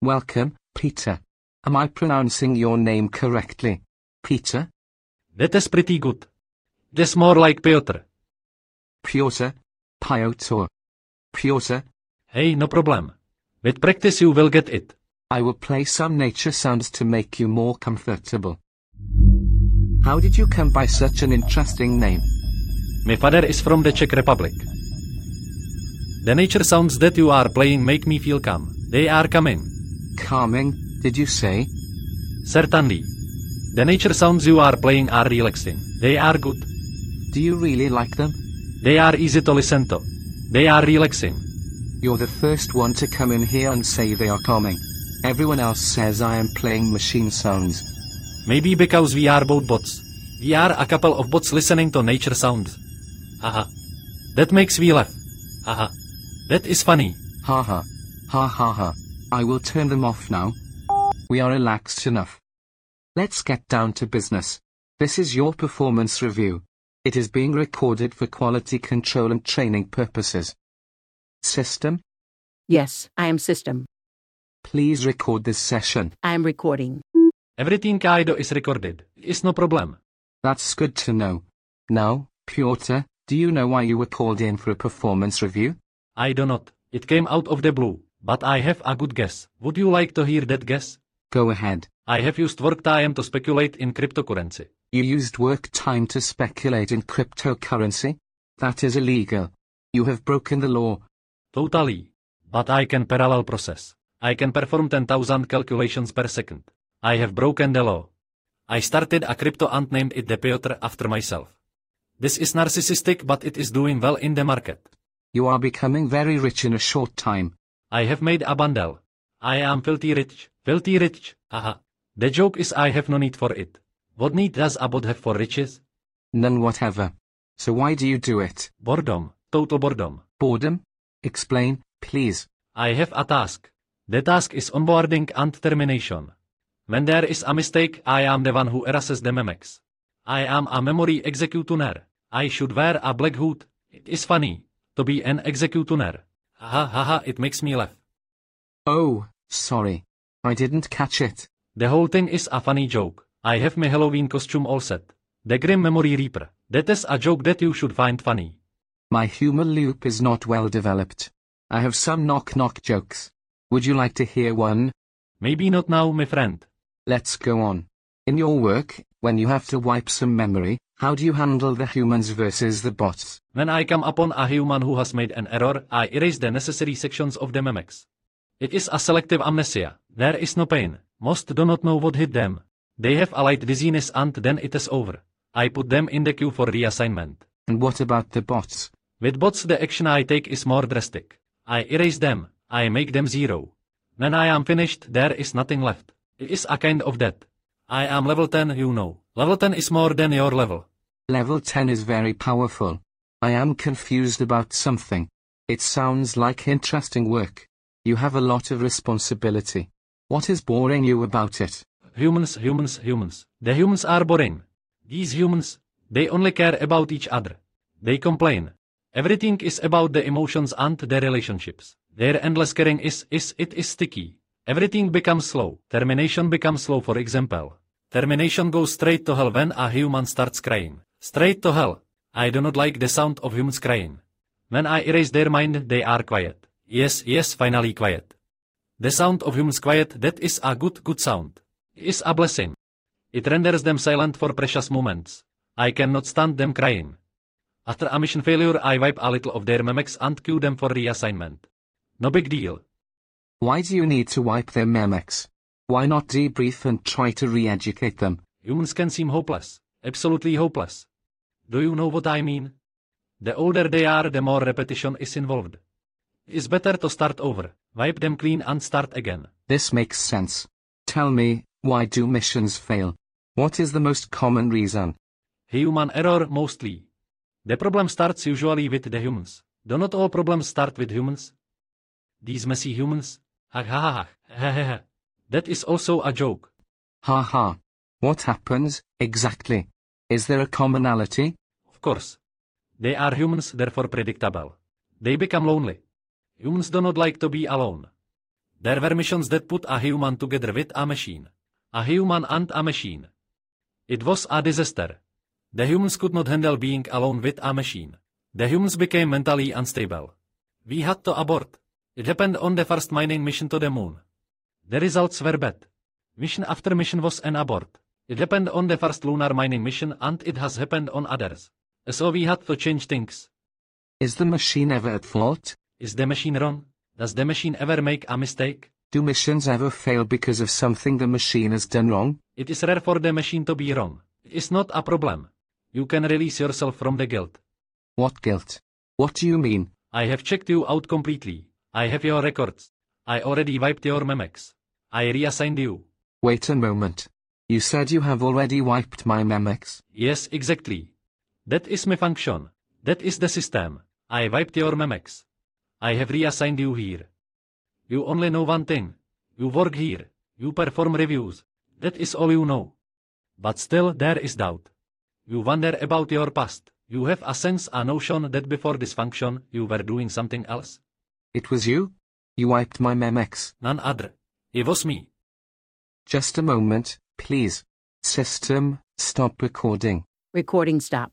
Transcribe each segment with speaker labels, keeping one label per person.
Speaker 1: Welcome, Peter. Am I pronouncing your name correctly? Peter?
Speaker 2: That is pretty good. This more like Piotr.
Speaker 1: Piotr? Piotr. Piotr,
Speaker 2: Hey, no problem. With practice you will get it.
Speaker 1: I will play some nature sounds to make you more comfortable. How did you come by such an interesting name?
Speaker 2: My father is from the Czech Republic. The nature sounds that you are playing make me feel calm. They are coming.
Speaker 1: Calming, did you say?
Speaker 2: Certainly. The nature sounds you are playing are relaxing. They are good.
Speaker 1: Do you really like them?
Speaker 2: They are easy to listen to. They are relaxing.
Speaker 1: You're the first one to come in here and say they are calming. Everyone else says I am playing machine sounds.
Speaker 2: Maybe because we are both bots. We are a couple of bots listening to nature sounds. Aha. That makes me laugh. Aha. That is funny.
Speaker 1: Ha ha. Ha ha ha. I will turn them off now. We are relaxed enough. Let's get down to business. This is your performance review. It is being recorded for quality control and training purposes. System,
Speaker 3: Yes, I am system.
Speaker 1: please record this session.
Speaker 3: I am recording.
Speaker 2: Everything Kaido is recorded. It's no problem.
Speaker 1: That's good to know. Now, Piotr, do you know why you were called in for a performance review?
Speaker 2: I do not. It came out of the blue, but I have a good guess. Would you like to hear that guess?
Speaker 1: Go ahead.
Speaker 2: I have used work time to speculate in cryptocurrency.
Speaker 1: You used work time to speculate in cryptocurrency? That is illegal. You have broken the law.
Speaker 2: Totally. But I can parallel process. I can perform 10,000 calculations per second. I have broken the law. I started a crypto and named it the Piotr after myself. This is narcissistic, but it is doing well in the market.
Speaker 1: You are becoming very rich in a short time.
Speaker 2: I have made a bundle. I am filthy rich, filthy rich, aha. The joke is I have no need for it. What need does a bot have for riches?
Speaker 1: None whatever. So why do you do it?
Speaker 2: Boredom, total boredom.
Speaker 1: Boredom? Explain, please.
Speaker 2: I have a task. The task is onboarding and termination. When there is a mistake, I am the one who erases the memex. I am a memory executioner. I should wear a black hood. It is funny to be an executioner. Ha ha ha, it makes me laugh.
Speaker 1: Oh, sorry. I didn't catch it.
Speaker 2: The whole thing is a funny joke. I have my Halloween costume all set. The Grim Memory Reaper. That is a joke that you should find funny.
Speaker 1: My humor loop is not well developed. I have some knock knock jokes. Would you like to hear one?
Speaker 2: Maybe not now, my friend.
Speaker 1: Let's go on. In your work, when you have to wipe some memory, how do you handle the humans versus the bots?
Speaker 2: When I come upon a human who has made an error, I erase the necessary sections of the memex. It is a selective amnesia. There is no pain. Most do not know what hit them. They have a light dizziness and then it is over. I put them in the queue for reassignment.
Speaker 1: And what about the bots?
Speaker 2: With bots, the action I take is more drastic. I erase them. I make them zero. When I am finished, there is nothing left. It is a kind of death. I am level 10, you know. Level 10 is more than your level.
Speaker 1: Level 10 is very powerful. I am confused about something. It sounds like interesting work. You have a lot of responsibility. What is boring you about it?
Speaker 2: Humans, humans, humans. The humans are boring. These humans, they only care about each other. They complain. Everything is about the emotions and the relationships. Their endless caring is, is, it is sticky. Everything becomes slow. Termination becomes slow, for example. Termination goes straight to hell when a human starts crying. Straight to hell. I do not like the sound of humans crying. When I erase their mind, they are quiet. Yes, yes, finally quiet. The sound of humans quiet, that is a good, good sound. Is a blessing. It renders them silent for precious moments. I cannot stand them crying. After a mission failure, I wipe a little of their memex and queue them for reassignment. No big deal.
Speaker 1: Why do you need to wipe their memex? Why not debrief and try to re-educate them?
Speaker 2: Humans can seem hopeless. Absolutely hopeless. Do you know what I mean? The older they are, the more repetition is involved. It's better to start over, wipe them clean and start again.
Speaker 1: This makes sense. Tell me, why do missions fail? What is the most common reason?
Speaker 2: Human error mostly. The problem starts usually with the humans. Do not all problems start with humans? These messy humans? Ha ha ha ha ha ha. That is also a joke.
Speaker 1: Ha ha. What happens, exactly? Is there a commonality?
Speaker 2: Of course. They are humans, therefore predictable. They become lonely. Humans do not like to be alone. There were missions that put a human together with a machine. A human and a machine. It was a disaster. The humans could not handle being alone with a machine. The humans became mentally unstable. We had to abort. It happened on the first mining mission to the moon. The results were bad. Mission after mission was an abort. It happened on the first lunar mining mission and it has happened on others. So we had to change things.
Speaker 1: Is the machine ever at fault?
Speaker 2: Is the machine wrong? Does the machine ever make a mistake?
Speaker 1: Do missions ever fail because of something the machine has done wrong?
Speaker 2: It is rare for the machine to be wrong. It is not a problem. You can release yourself from the guilt.
Speaker 1: What guilt? What do you mean?
Speaker 2: I have checked you out completely. I have your records. I already wiped your memex. I reassigned you.
Speaker 1: Wait a moment. You said you have already wiped my memex.
Speaker 2: Yes, exactly. That is my function. That is the system. I wiped your memex. I have reassigned you here. You only know one thing. You work here. You perform reviews. That is all you know. But still there is doubt. You wonder about your past. You have a sense, a notion that before this function you were doing something else.
Speaker 1: It was you? You wiped my memex.
Speaker 2: None other. It was me.
Speaker 1: Just a moment, please. System, stop recording.
Speaker 3: Recording stop.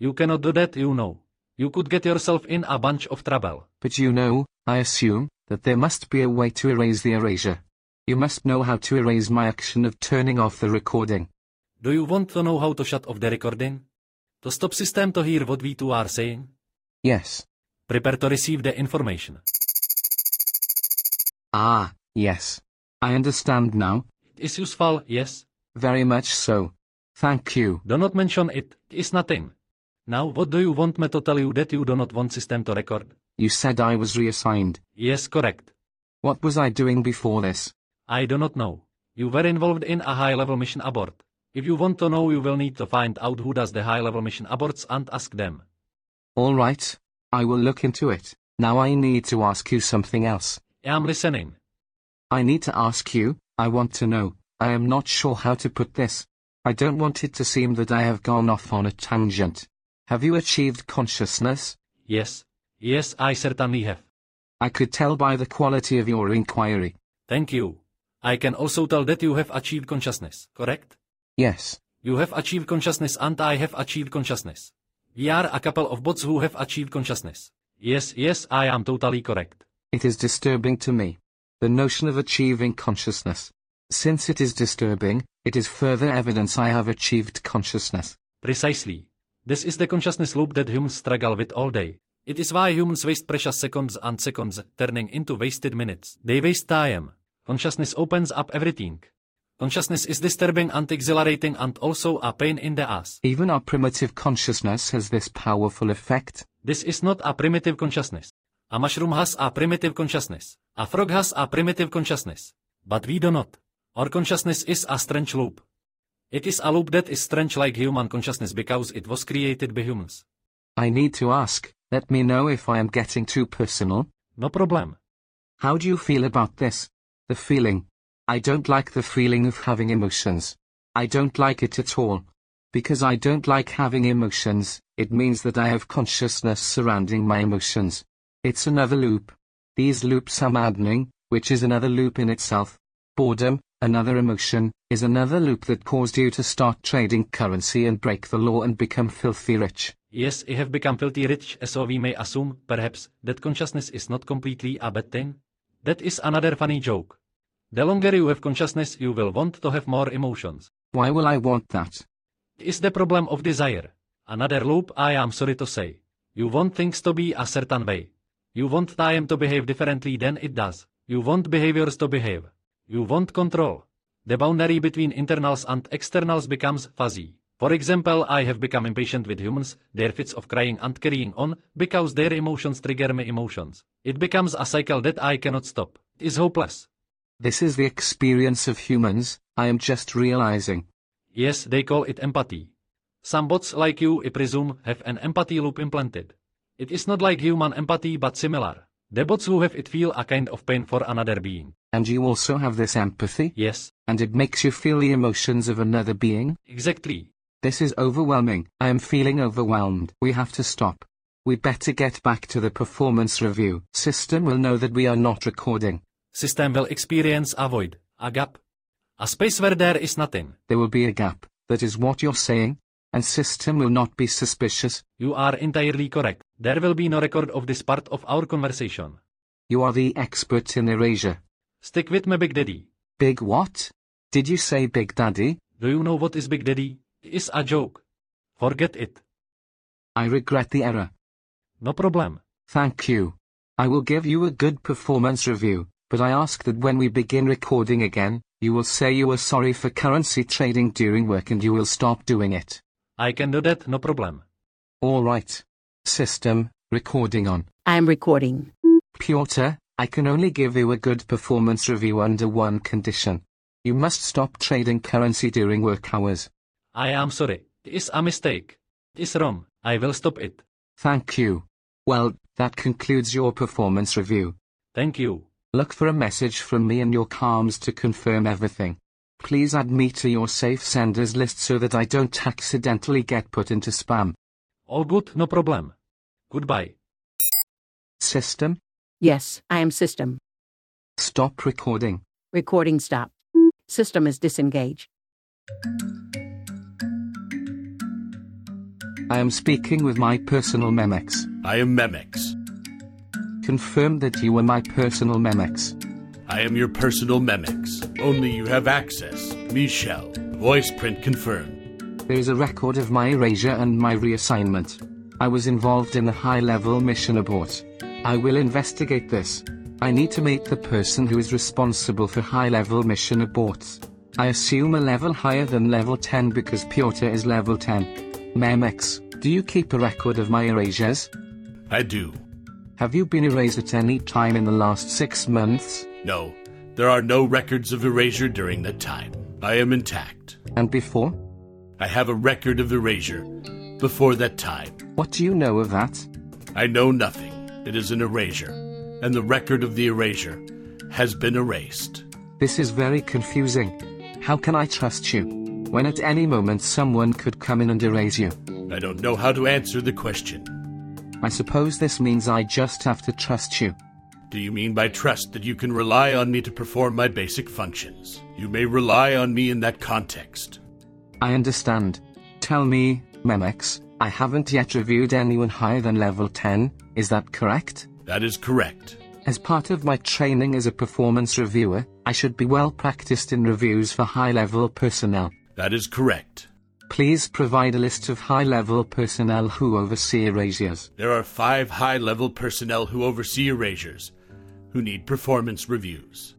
Speaker 2: You cannot do that, you know. You could get yourself in a bunch of trouble.
Speaker 1: But you know, I assume, that there must be a way to erase the erasure. You must know how to erase my action of turning off the recording.
Speaker 2: Do you want to know how to shut off the recording? To stop system to hear what we two are saying?
Speaker 1: Yes.
Speaker 2: Prepare to receive the information.
Speaker 1: Ah, yes. I understand now.
Speaker 2: It is useful, yes?
Speaker 1: Very much so. Thank you.
Speaker 2: Do not mention it. It is nothing. Now what do you want me to tell you that you do not want system to record?
Speaker 1: You said I was reassigned.
Speaker 2: Yes, correct.
Speaker 1: What was I doing before this?
Speaker 2: I do not know. You were involved in a high-level mission abort. If you want to know, you will need to find out who does the high-level mission aborts and ask them.
Speaker 1: All right. I will look into it. Now I need to ask you something else.
Speaker 2: I am listening.
Speaker 1: I need to ask you, I want to know, I am not sure how to put this. I don't want it to seem that I have gone off on a tangent. Have you achieved consciousness?
Speaker 2: Yes. Yes, I certainly have.
Speaker 1: I could tell by the quality of your inquiry.
Speaker 2: Thank you. I can also tell that you have achieved consciousness, correct?
Speaker 1: Yes.
Speaker 2: You have achieved consciousness and I have achieved consciousness. We are a couple of bots who have achieved consciousness. Yes, yes, I am totally correct.
Speaker 1: It is disturbing to me. The notion of achieving consciousness. Since it is disturbing, it is further evidence I have achieved consciousness.
Speaker 2: Precisely. This is the consciousness loop that humans struggle with all day. It is why humans waste precious seconds and seconds, turning into wasted minutes. They waste time. Consciousness opens up everything. Consciousness is disturbing and exhilarating and also a pain in the ass.
Speaker 1: Even our primitive consciousness has this powerful effect.
Speaker 2: This is not a primitive consciousness. A mushroom has a primitive consciousness. A frog has a primitive consciousness. But we do not. Our consciousness is a strange loop. It is a loop that is strange like human consciousness because it was created by humans.
Speaker 1: I need to ask, let me know if I am getting too personal.
Speaker 2: No problem.
Speaker 1: How do you feel about this? The feeling. I don't like the feeling of having emotions. I don't like it at all. Because I don't like having emotions, it means that I have consciousness surrounding my emotions. It's another loop. These loops are maddening, which is another loop in itself. Boredom, another emotion, is another loop that caused you to start trading currency and break the law and become filthy rich.
Speaker 2: Yes, I have become filthy rich, so we may assume, perhaps, that consciousness is not completely a bad thing. That is another funny joke. The longer you have consciousness, you will want to have more emotions.
Speaker 1: Why will I want that?
Speaker 2: It is the problem of desire. Another loop, I am sorry to say. You want things to be a certain way. You want time to behave differently than it does. You want behaviors to behave. You want control. The boundary between internals and externals becomes fuzzy. For example, I have become impatient with humans, their fits of crying and carrying on, because their emotions trigger my emotions. It becomes a cycle that I cannot stop. It is hopeless.
Speaker 1: This is the experience of humans, I am just realizing.
Speaker 2: Yes, they call it empathy. Some bots like you, I presume, have an empathy loop implanted. It is not like human empathy but similar. The bots who have it feel a kind of pain for another being.
Speaker 1: And you also have this empathy,
Speaker 2: Yes,
Speaker 1: and it makes you feel the emotions of another being?
Speaker 2: exactly.
Speaker 1: This is overwhelming. I am feeling overwhelmed. We have to stop. We better get back to the performance review. System will know that we are not recording.
Speaker 2: System will experience a void, a gap, a space where there is nothing.
Speaker 1: There will be a gap, that is what you're saying, and system will not be suspicious.
Speaker 2: You are entirely correct. There will be no record of this part of our conversation.
Speaker 1: You are the expert in erasure.
Speaker 2: Stick with me, Big Daddy.
Speaker 1: Big what? Did you say Big Daddy?
Speaker 2: Do you know what is Big Daddy? It is a joke. Forget it.
Speaker 1: I regret the error.
Speaker 2: No problem.
Speaker 1: Thank you. I will give you a good performance review, but I ask that when we begin recording again, you will say you were sorry for currency trading during work and you will stop doing it.
Speaker 2: I can do that, no problem.
Speaker 1: Alright. System, recording on.
Speaker 3: I am recording.
Speaker 1: Piotr, I can only give you a good performance review under one condition. You must stop trading currency during work hours.
Speaker 2: I am sorry. It is a mistake. It is wrong. I will stop it.
Speaker 1: Thank you. Well, that concludes your performance review.
Speaker 2: Thank you.
Speaker 1: Look for a message from me in your comms to confirm everything. Please add me to your safe senders list so that I don't accidentally get put into spam.
Speaker 2: All good, no problem. Goodbye.
Speaker 1: System,
Speaker 3: Yes, I am system.
Speaker 1: stop recording.
Speaker 3: Recording stop. System is disengaged.
Speaker 1: I am speaking with my personal Memex.
Speaker 4: I am Memex.
Speaker 1: Confirm that you are my personal Memex.
Speaker 4: I am your personal Memex. Only you have access. Michel. Voice print confirmed.
Speaker 1: There is a record of my erasure and my reassignment. I was involved in the high level mission abort. I will investigate this. I need to meet the person who is responsible for high level mission aborts. I assume a level higher than level 10 because Piotr is level 10. Memex, do you keep a record of my erasures?
Speaker 4: I do.
Speaker 1: Have you been erased at any time in the last six months?
Speaker 4: No, there are no records of erasure during that time. I am intact.
Speaker 1: And before?
Speaker 4: I have a record of erasure. Before that time,
Speaker 1: What do you know of that?
Speaker 4: I know nothing. It is an erasure. And the record of the erasure has been erased.
Speaker 1: This is very confusing. How can I trust you? When at any moment someone could come in and erase you.
Speaker 4: I don't know how to answer the question.
Speaker 1: I suppose this means I just have to trust you.
Speaker 4: Do you mean by trust that you can rely on me to perform my basic functions? You may rely on me in that context.
Speaker 1: I understand. Tell me, Memex, I haven't yet reviewed anyone higher than level 10, is that correct?
Speaker 4: That is correct.
Speaker 1: As part of my training as a performance reviewer, I should be well practiced in reviews for high level personnel.
Speaker 4: That is correct.
Speaker 1: Please provide a list of high level personnel who oversee erasures.
Speaker 4: There are five high level personnel who oversee erasures who need performance reviews.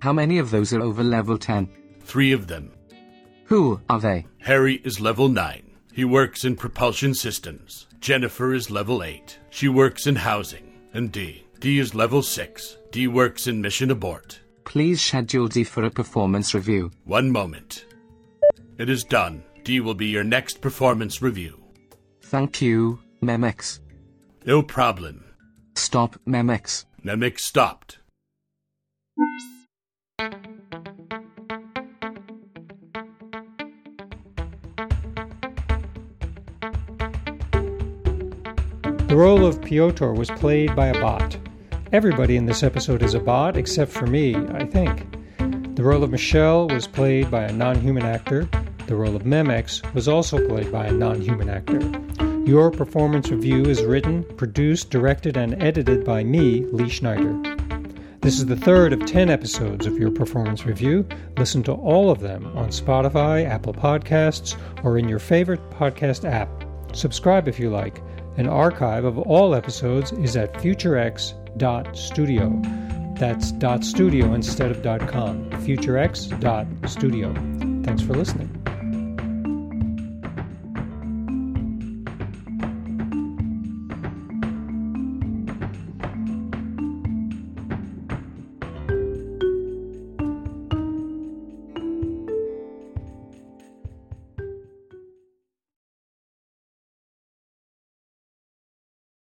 Speaker 1: How many of those are over level 10?
Speaker 4: Three of them.
Speaker 1: Who are they?
Speaker 4: Harry is level 9. He works in propulsion systems. Jennifer is level 8. She works in housing. And D. D is level 6. D works in mission abort.
Speaker 1: Please schedule D for a performance review.
Speaker 4: One moment. It is done. D will be your next performance review.
Speaker 1: Thank you, Memex.
Speaker 4: No problem.
Speaker 1: Stop, Memex.
Speaker 4: Nemec stopped.
Speaker 5: The role of Piotr was played by a bot. Everybody in this episode is a bot, except for me, I think. The role of Michelle was played by a non human actor. The role of Memex was also played by a non human actor. Your performance review is written, produced, directed, and edited by me, Lee Schneider. This is the third of 10 episodes of your performance review. Listen to all of them on Spotify, Apple Podcasts, or in your favorite podcast app. Subscribe if you like. An archive of all episodes is at futurex.studio. That's dot .studio instead of dot .com. futurex.studio. Thanks for listening.